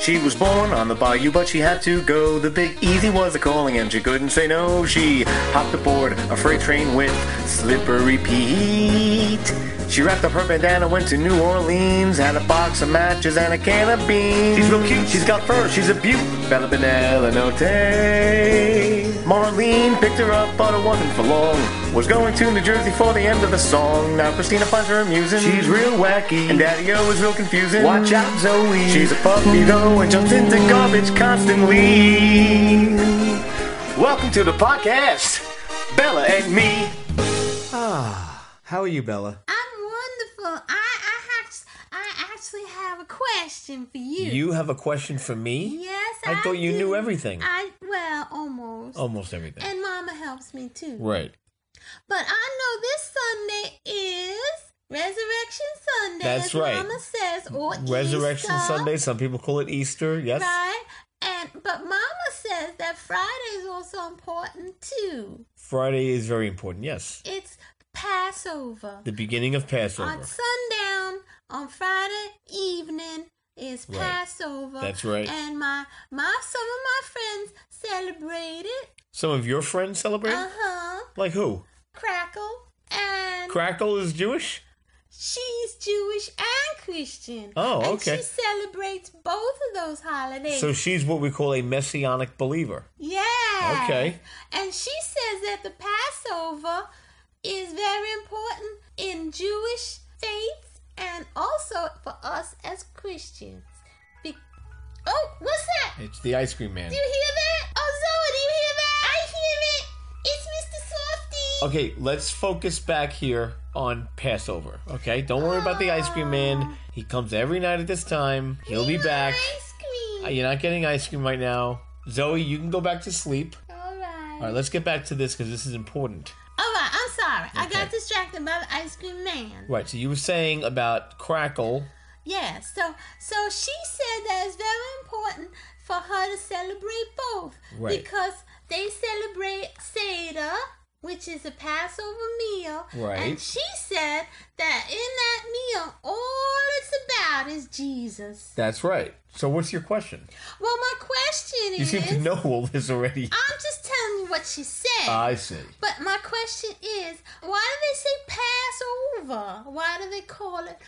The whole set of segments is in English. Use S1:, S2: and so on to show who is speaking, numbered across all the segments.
S1: She was born on the bayou, but she had to go. The big easy was a calling, and she couldn't say no. She hopped aboard a freight train with Slippery Pete. She wrapped up her bandana, went to New Orleans, had a box of matches and a can of beans. She's real cute, she's got fur, she's a beaut. Bella Benella Notte. Marlene picked her up, but it wasn't for long. Was going to New Jersey for the end of the song. Now Christina finds her amusing. She's real wacky, and Daddy O is real confusing. Watch out, Zoe. She's a puppy though, and jumps into garbage constantly. Welcome to the podcast, Bella and me.
S2: Ah, How are you, Bella?
S3: I'm wonderful. I I, act- I actually have a question for you.
S2: You have a question for me?
S3: Yes,
S2: I
S3: I,
S2: thought you
S3: do.
S2: knew everything. Oh.
S3: I well, almost.
S2: Almost everything.
S3: And Mama helps me too.
S2: right.
S3: But I know this Sunday is Resurrection Sunday.
S2: That's
S3: as
S2: right. Mm-hmm.
S3: Mama says, or
S2: Resurrection
S3: Easter,
S2: Sunday. Some people call it Easter. Yes.
S3: right? And but Mama says that Friday is also important too.
S2: Friday is very important. Yes.
S3: It's Passover.
S2: The beginning of Passover.
S3: on sundown on Friday evening is
S2: Right.
S3: Passover.
S2: That's right.
S3: And my my some of my friends celebrate it.
S2: Some of your friends celebrate?
S3: Uh um, huh.
S2: like who?
S3: Crackle and
S2: Crackle is Jewish?
S3: she's Jewish and Christian.
S2: Oh, okay.
S3: And she celebrates both of those holidays.
S2: So she's what we call a messianic believer.
S3: yeah.
S2: Okay.
S3: And she says that the Passover is very important in Jewish faith and also for us as Christians. Be- oh, what's that?
S2: It's the ice cream man.
S3: Do you hear that? Oh, Zoe, do you hear that? I hear it. It's Mr. Softy.
S2: Okay, let's focus back here on Passover. Okay, don't worry about the ice cream man. He comes every night at this time. He'll be
S3: My
S2: back.
S3: Ice cream.
S2: Uh, You're not getting ice cream right now. Zoe, you can go back to sleep.
S3: All right.
S2: All right, let's get back to this because this is important.
S3: All right, I'm sorry. I
S2: Okay.
S3: got distracted by the ice cream man.
S2: Right, so you were saying about Crackle.
S3: Yeah, so so she said that it's very important for her to celebrate both
S2: Right.
S3: because they celebrate Seder, which is a Passover meal.
S2: Right.
S3: And she said that in that meal, all it's about is Jesus.
S2: That's right. So what's your question?
S3: Well, my question
S2: You
S3: is,
S2: seem to know Uh, all this already.
S3: I'm just telling you what she said.
S2: I see.
S3: but my question is, why do they say Passover? Why do they call it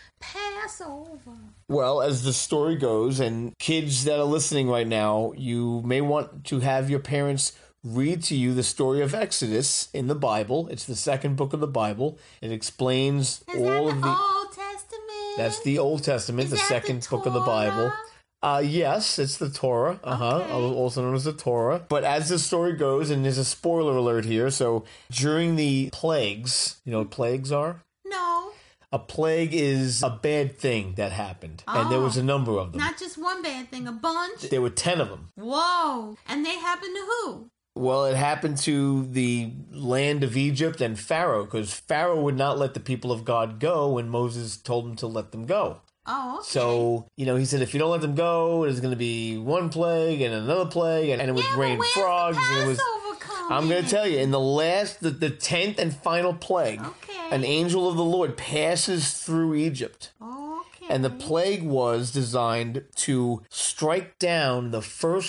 S3: Passover?
S2: Well, as the story goes, and kids that are listening right now, you may want to have your parents read to you the story of Exodus in the Bible. It's the second book of the Bible. It explains
S3: Is
S2: all
S3: that
S2: of
S3: the,
S2: the.
S3: Old Testament?
S2: That's the Old Testament,
S3: Is
S2: the
S3: that the
S2: second book of the Bible.
S3: Torah?
S2: Uh, yes, it's the Torah, uh huh,
S3: Okay.
S2: also known as the Torah. But as the story goes, and there's a spoiler alert here, so during the plagues, you know what plagues are?
S3: No,
S2: A plague is a bad thing that happened, and there
S3: Oh.
S2: was a number of them.
S3: not just one bad thing, a bunch.
S2: there were 10 of them.
S3: Whoa! And they happen to who?
S2: Well, it happened to the land of Egypt and Pharaoh because Pharaoh would not let the people of God go when Moses told him to let them go.
S3: Oh, okay.
S2: So, you know, he said, if you don't let them go, there's going to be one plague and another plague, and, and it would
S3: yeah, but
S2: rain
S3: where's
S2: frogs.
S3: The
S2: and it was.
S3: Passover coming?
S2: I'm going to tell you, in the last, the, the 10th and final plague,
S3: Okay.
S2: an angel of the Lord passes through Egypt.
S3: Okay.
S2: And the plague was designed to strike down the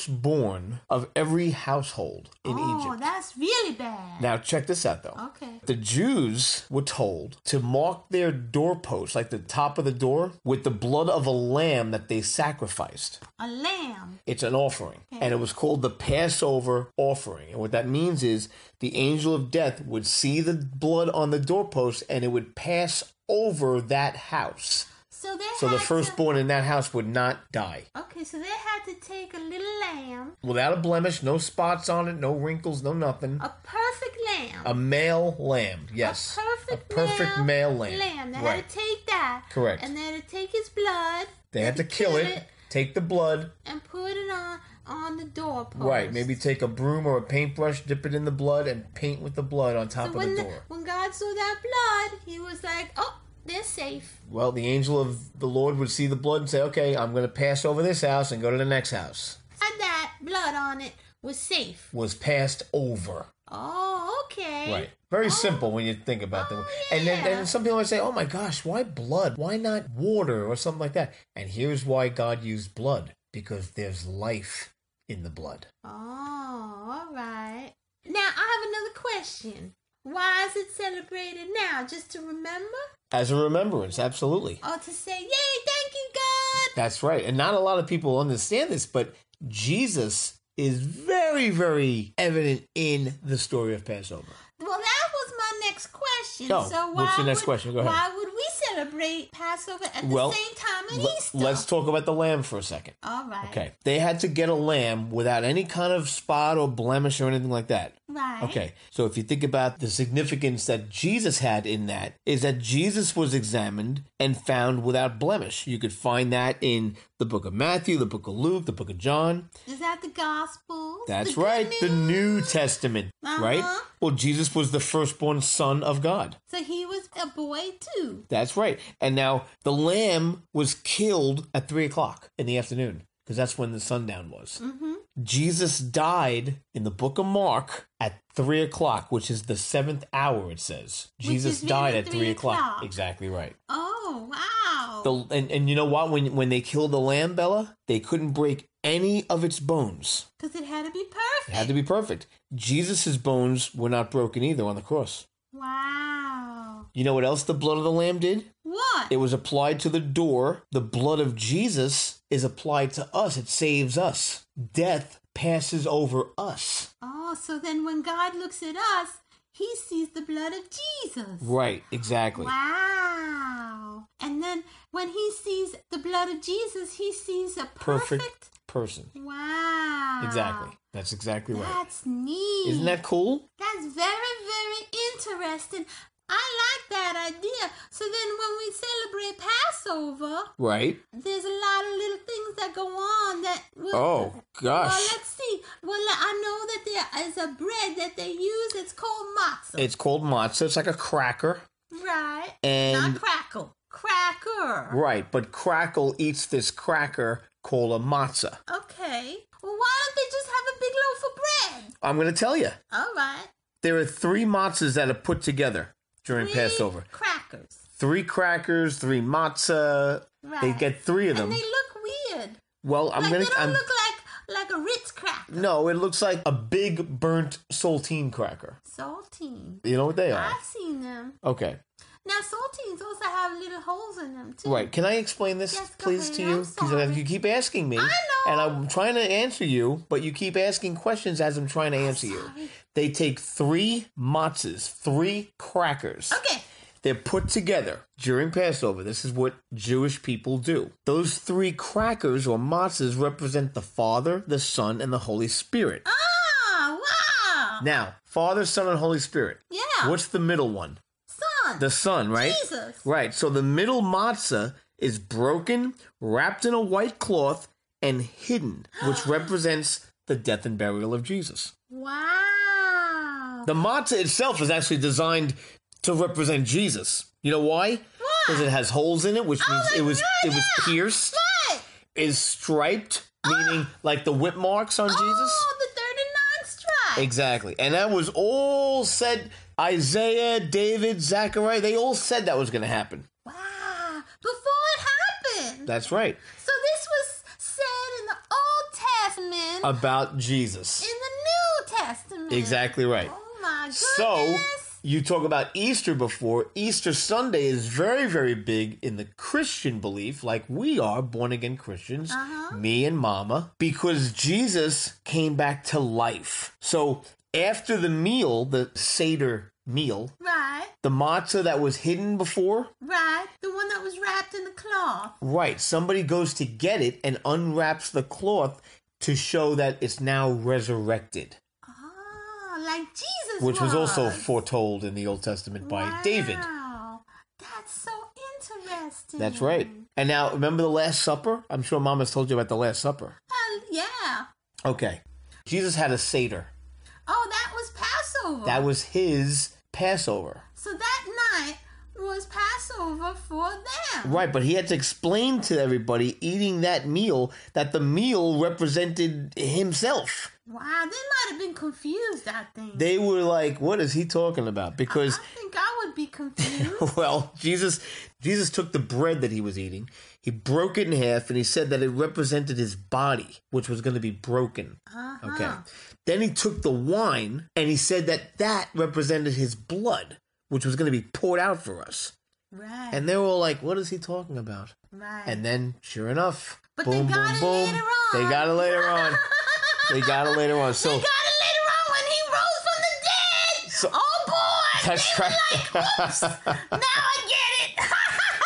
S2: firstborn of every household in
S3: oh,
S2: Egypt.
S3: that's really bad.
S2: Now, check this out, though.
S3: okay.
S2: The Jews were told to mark their doorposts, like the top of the door, with the blood of a lamb that they sacrificed.
S3: A lamb.
S2: It's an offering. And it was called the Passover offering. And what that means is the angel of death would see the blood on the doorpost and it would pass over that house.
S3: So they.
S2: So the
S3: had
S2: firstborn in that house would not die.
S3: To, okay, so they had to take a little lamb,
S2: Without a blemish, no spots on it, no wrinkles, no nothing.
S3: a perfect lamb.
S2: A male lamb, yes.
S3: Perfect,
S2: a perfect male, lamb.
S3: Lamb. They
S2: right.
S3: had to take that.
S2: Correct.
S3: And they had to take his blood.
S2: they had to kill it, take the blood,
S3: and put it on on the doorpost.
S2: right? Maybe take a broom or a paintbrush, dip it in the blood, and paint with the blood on top
S3: So
S2: of
S3: when
S2: the
S3: the-
S2: door.
S3: when God saw that blood, He was like, "Oh, they're safe."
S2: Well, the angel of the Lord would see the blood and say, "Okay, I'm going to pass over this house and go to the next house."
S3: And that blood on it was safe.
S2: Was passed over.
S3: Oh, okay.
S2: Right. Very simple when you think about them.
S3: Oh,
S2: And then
S3: yeah.
S2: and some people might say, oh my gosh, why blood? Why not water or something like that? And here's why God used blood because there's life in the blood.
S3: Oh, all right. Now I have another question. Why is it celebrated now? Just to remember?
S2: As a remembrance, absolutely.
S3: Or to say, Yay, thank you, God!
S2: That's right. And not a lot of people understand this, but Jesus is very, very evident in the story of Passover.
S3: Well, that was my next question.
S2: No,
S3: so why
S2: what's your next
S3: would,
S2: question? Go ahead.
S3: Why would we celebrate Passover at
S2: Well,
S3: the same time as
S2: L-
S3: Easter?
S2: Let's talk about the lamb for a second.
S3: All right.
S2: Okay. They had to get a lamb without any kind of spot or blemish or anything like that.
S3: Right.
S2: Okay, so if you think about the significance that Jesus had in that, is that Jesus was examined and found without blemish. You could find that in the book of Matthew, the book of Luke, the book of John.
S3: Is that the Gospels?
S2: That's
S3: The
S2: right,
S3: good
S2: the
S3: news?
S2: New Testament,
S3: Uh-huh.
S2: right? Well, Jesus was the firstborn son of God.
S3: So he was a boy too.
S2: That's right. And now the lamb was killed at three o'clock in the afternoon because that's when the sundown was.
S3: Mm-hmm.
S2: Jesus died in the book of Mark at three o'clock, which is the seventh hour. It says
S3: Which
S2: Jesus
S3: is near
S2: died
S3: the
S2: at
S3: three
S2: three o'clock.
S3: o'clock.
S2: Exactly right.
S3: Oh wow.
S2: The and, and you know what? When when they killed the lamb, Bella, they couldn't break any of its bones.
S3: Because it had to be
S2: It
S3: perfect.
S2: had to be perfect. Jesus's bones were not broken either on the cross.
S3: Wow.
S2: You know what else the blood of the lamb did?
S3: What?
S2: It was applied to the door. The blood of Jesus is applied to us. It saves us. Death passes over us.
S3: oh, so then when God looks at us, he sees the blood of Jesus.
S2: Right, exactly.
S3: Wow. And then when he sees the blood of Jesus, he sees a perfect.
S2: Perfect. person.
S3: Wow.
S2: Exactly. That's exactly right.
S3: That's neat.
S2: Isn't that cool?
S3: That's very, very interesting. I like that idea. So then when we celebrate Passover,
S2: Right.
S3: there's a lot of little things that go on that will
S2: Oh
S3: Well,
S2: gosh.
S3: let's see. Well, I know that there is a bread that they use. It's called matzah.
S2: It's called matzah. It's like a cracker.
S3: right. Not
S2: And
S3: crackle. Cracker.
S2: right, but crackle eats this cracker called a matzah.
S3: Okay. Well, why don't they just have a big loaf of bread?
S2: I'm going to tell you.
S3: All right.
S2: There are three matzahs that are put together during
S3: Three
S2: Passover.
S3: Crackers.
S2: Three crackers, three matzah.
S3: Right.
S2: They get three of them.
S3: And they look weird.
S2: well, I'm
S3: like
S2: going
S3: they
S2: to
S3: don't
S2: I'm
S3: look like like a Ritz cracker.
S2: No, it looks like a big burnt saltine cracker.
S3: Saltine.
S2: You know what they are?
S3: I've seen them.
S2: Okay.
S3: Now saltines also have little holes in them too.
S2: Right. Can I explain this,
S3: Yes, go
S2: please,
S3: ahead.
S2: to
S3: I'm
S2: you? Because
S3: sorry.
S2: you keep asking me,
S3: I know.
S2: and I'm trying to answer you, but you keep asking questions as I'm trying to answer you.
S3: sorry.
S2: They take three matzahs, three crackers.
S3: Okay.
S2: They're put together during Passover. This is what Jewish people do. Those three crackers or matzahs represent the Father, the Son, and the Holy Spirit.
S3: Ah, wow.
S2: Now, Father, Son, and Holy Spirit.
S3: yeah.
S2: What's the middle one?
S3: Son.
S2: The Son, right?
S3: Jesus.
S2: Right. So the middle matzah is broken, wrapped in a white cloth, and hidden, which represents the death and burial of Jesus.
S3: Wow.
S2: The matzah itself is actually designed to represent Jesus. You know why? Because it has holes in it, which means
S3: Oh my
S2: it was
S3: God,
S2: it was
S3: yeah.
S2: pierced,
S3: What?
S2: is striped, meaning like the whip marks on Jesus.
S3: Oh, the 39 stripes.
S2: Exactly. And that was all said Isaiah, David, Zechariah, they all said that was going to happen.
S3: Wow. Before it happened.
S2: That's right.
S3: so this was said in the Old Testament,
S2: About Jesus.
S3: in the New Testament.
S2: Exactly right.
S3: Oh my goodness.
S2: So you talk about Easter before. Easter Sunday is very, very big in the Christian belief, like we are born again Christians, me and Mama, because Jesus came back to life. So after the meal, the Seder meal,
S3: Right,
S2: the matzah that was hidden before,
S3: right. The one that was wrapped in the cloth.
S2: right, somebody goes to get it and unwraps the cloth to show that it's now resurrected.
S3: Ah, like Jesus
S2: Which was also
S3: was.
S2: foretold in the Old Testament by
S3: wow.
S2: David.
S3: That's so interesting.
S2: That's right. And now, remember the Last Supper? I'm sure Mama's told you about the Last Supper.
S3: Uh, yeah.
S2: Okay. Jesus had a Seder.
S3: Oh, that was Passover.
S2: That was his Passover.
S3: so that night was Passover for them.
S2: Right, but he had to explain to everybody eating that meal that the meal represented himself.
S3: Wow, they might have been confused, I think.
S2: They were like, what is he talking about? Because
S3: I think I would be confused.
S2: well, Jesus Jesus took the bread that he was eating. He broke it in half and he said that it represented his body, which was going to be broken.
S3: Uh-huh.
S2: Okay. Ah. Then he took the wine and he said that that represented his blood, which was going to be poured out for us.
S3: Right.
S2: And they were all like, what is he talking about?
S3: right.
S2: And then, sure enough,
S3: But they
S2: boom,
S3: got
S2: boom,
S3: it
S2: boom.
S3: later on.
S2: They got it later on. They got it later on.
S3: They
S2: So
S3: got it later on when he rose
S2: So-
S3: from the dead. oh boy!
S2: that's
S3: they
S2: right.
S3: Were like, "Whoops, now I get it.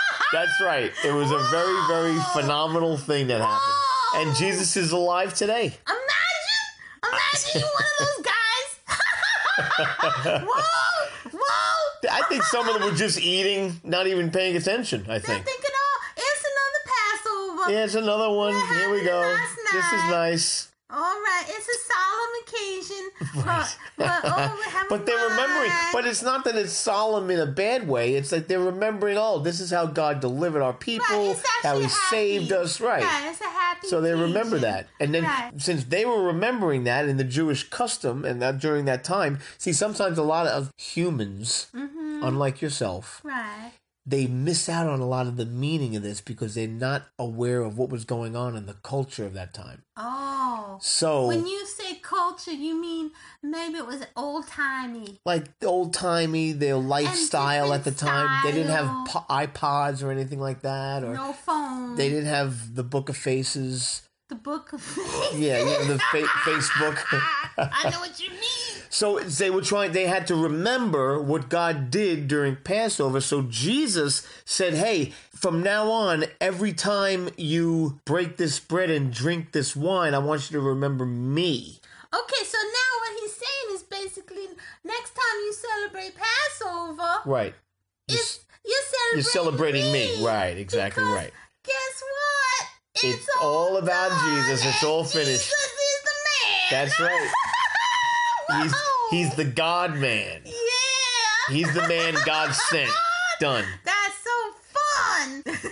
S2: That's right. It was a very, very
S3: Oh.
S2: phenomenal thing that happened.
S3: Whoa.
S2: And Jesus is alive today.
S3: Imagine, imagine you one of those guys. whoa, whoa!
S2: I think some of them were just eating, not even paying attention, I
S3: They're
S2: think.
S3: thinking, oh, it's another Passover.
S2: Yeah, it's another one.
S3: We're
S2: Here we
S3: having a
S2: go.
S3: nice
S2: This is
S3: night.
S2: nice.
S3: All right, it's a solemn occasion.
S2: Right.
S3: But, but, oh, we're having
S2: But they're remembering.
S3: wine.
S2: But it's not that it's solemn in a bad way. It's like they're remembering, oh, this is how God delivered our people,
S3: it's
S2: how
S3: actually
S2: He
S3: happy.
S2: saved us, right?
S3: Right, it's a happy.
S2: So they remember
S3: occasion.
S2: that. And then
S3: Right.
S2: since they were remembering that in the Jewish custom and that during that time, see sometimes a lot of humans,
S3: Mm.
S2: unlike yourself,
S3: Mm-hmm. Right.
S2: they miss out on a lot of the meaning of this because they're not aware of what was going on in the culture of that time.
S3: Oh.
S2: So
S3: When you say culture, you mean maybe it was old timey.
S2: like old timey, their lifestyle at the
S3: different
S2: time, they didn't have
S3: style.
S2: po- iPods or anything like that or
S3: No phone.
S2: they didn't have the book of faces.
S3: the book of
S2: Yeah, yeah the fa- Facebook.
S3: I know what you mean.
S2: So they were trying. They had to remember what God did during Passover. So Jesus said, "Hey, from now on, every time you break this bread and drink this wine, I want you to remember me."
S3: Okay, so now what he's saying is basically next time you celebrate Passover,
S2: Right.
S3: it's, you're celebrating,
S2: You're celebrating me. Right. Exactly.
S3: Because
S2: right.
S3: Guess what?
S2: It's all about
S3: done,
S2: Jesus. It's
S3: and
S2: all finished.
S3: Jesus is the man.
S2: That's right. He's
S3: Whoa.
S2: he's the God man.
S3: yeah.
S2: He's the man God sent. Done.
S3: That's so fun. oh,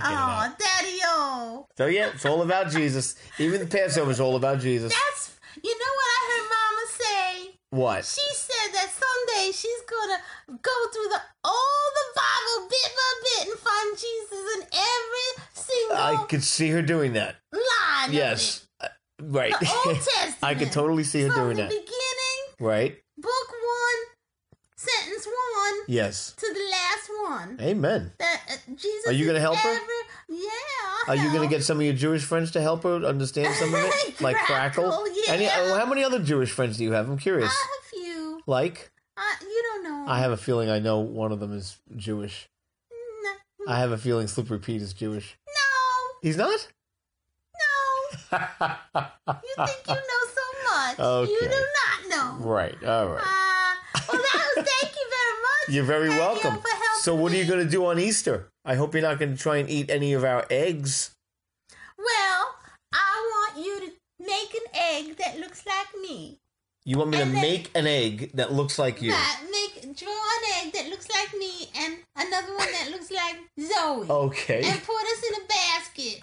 S2: out.
S3: Daddy O.
S2: So yeah, it's all about Jesus. Even the Passover is all about Jesus.
S3: That's you know what I heard Mama say?
S2: What?
S3: She said that someday she's gonna go through the all the Bible bit by bit and find Jesus in every single
S2: I could see her doing that.
S3: line. of
S2: Yes. Uh, Right.
S3: it. The Old Testament.
S2: I could totally see her
S3: From
S2: doing
S3: the
S2: that.
S3: beginning,
S2: Right?
S3: book one, sentence one
S2: Yes.
S3: to the last one.
S2: Amen.
S3: That uh, Jesus.
S2: Are you gonna
S3: is
S2: help her?
S3: every- Yeah. I'll
S2: Are you going
S3: help.
S2: to get some of your Jewish friends to help her understand some of it? Like Crackle?
S3: Crackle, yeah. Uh,
S2: Any, oh, how many other Jewish friends do you have? I'm
S3: I
S2: curious.
S3: have a few.
S2: Like?
S3: I, you don't know.
S2: I have a feeling I know one of them is Jewish.
S3: No,
S2: I have a feeling Slippery Pete is Jewish.
S3: no,
S2: He's not?
S3: no. You think you know so much. You
S2: Okay.
S3: do not know.
S2: right. All right.
S3: Uh, well, that was, thank you very much.
S2: You're very
S3: Thank you
S2: welcome.
S3: for helping
S2: So, what are you
S3: me.
S2: going to do on Easter? I hope you're not going to try and eat any of our eggs.
S3: Well, I want you to make an egg that looks like me.
S2: You want me to
S3: And then-
S2: make an egg that looks like you?
S3: Right, make draw an egg that looks like me and another one that looks like Zoe.
S2: Okay.
S3: And put us in a basket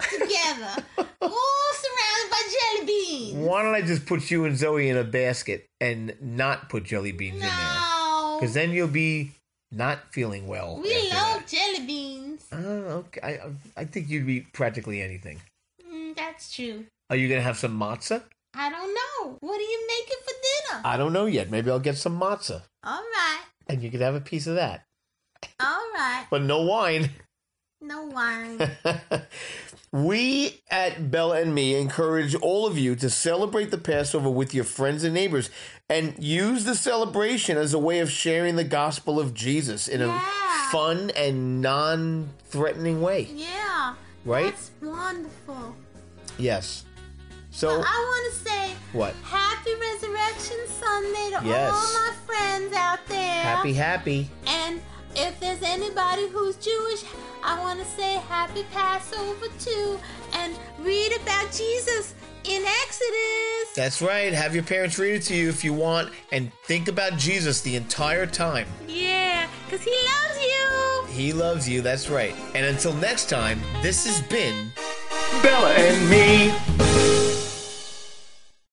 S3: together, all surrounded by jelly beans.
S2: Why don't I just put you and Zoe in a basket and not put jelly beans in there?
S3: No,
S2: Because then you'll be not feeling well.
S3: we
S2: after
S3: love jelly beans.
S2: that. Uh, okay. I, I- I think you'd eat practically anything.
S3: Mm, that's true.
S2: Are you going to have some matzah?
S3: I don't know. What are you making for dinner?
S2: I don't know yet. Maybe I'll get some matzah
S3: all right,
S2: and you could have a piece of that.
S3: all right.
S2: But no wine.
S3: No wine.
S2: we at Bella and Me encourage all of you to celebrate the Passover with your friends and neighbors and use the celebration as a way of sharing the gospel of Jesus in
S3: Yeah.
S2: a fun and non threatening way,
S3: yeah,
S2: right?
S3: that's wonderful.
S2: Yes. So,
S3: I want to say
S2: Oh. what?
S3: happy Resurrection Sunday to
S2: Yes.
S3: all my friends out there.
S2: Happy, happy.
S3: And if there's anybody who's Jewish, I want to say happy Passover too. And read about Jesus in Exodus.
S2: That's right. Have your parents read it to you if you want and think about Jesus the entire time.
S3: Yeah, because he loves you.
S2: He loves you. That's right. And until next time, this has been.
S1: Bella and me.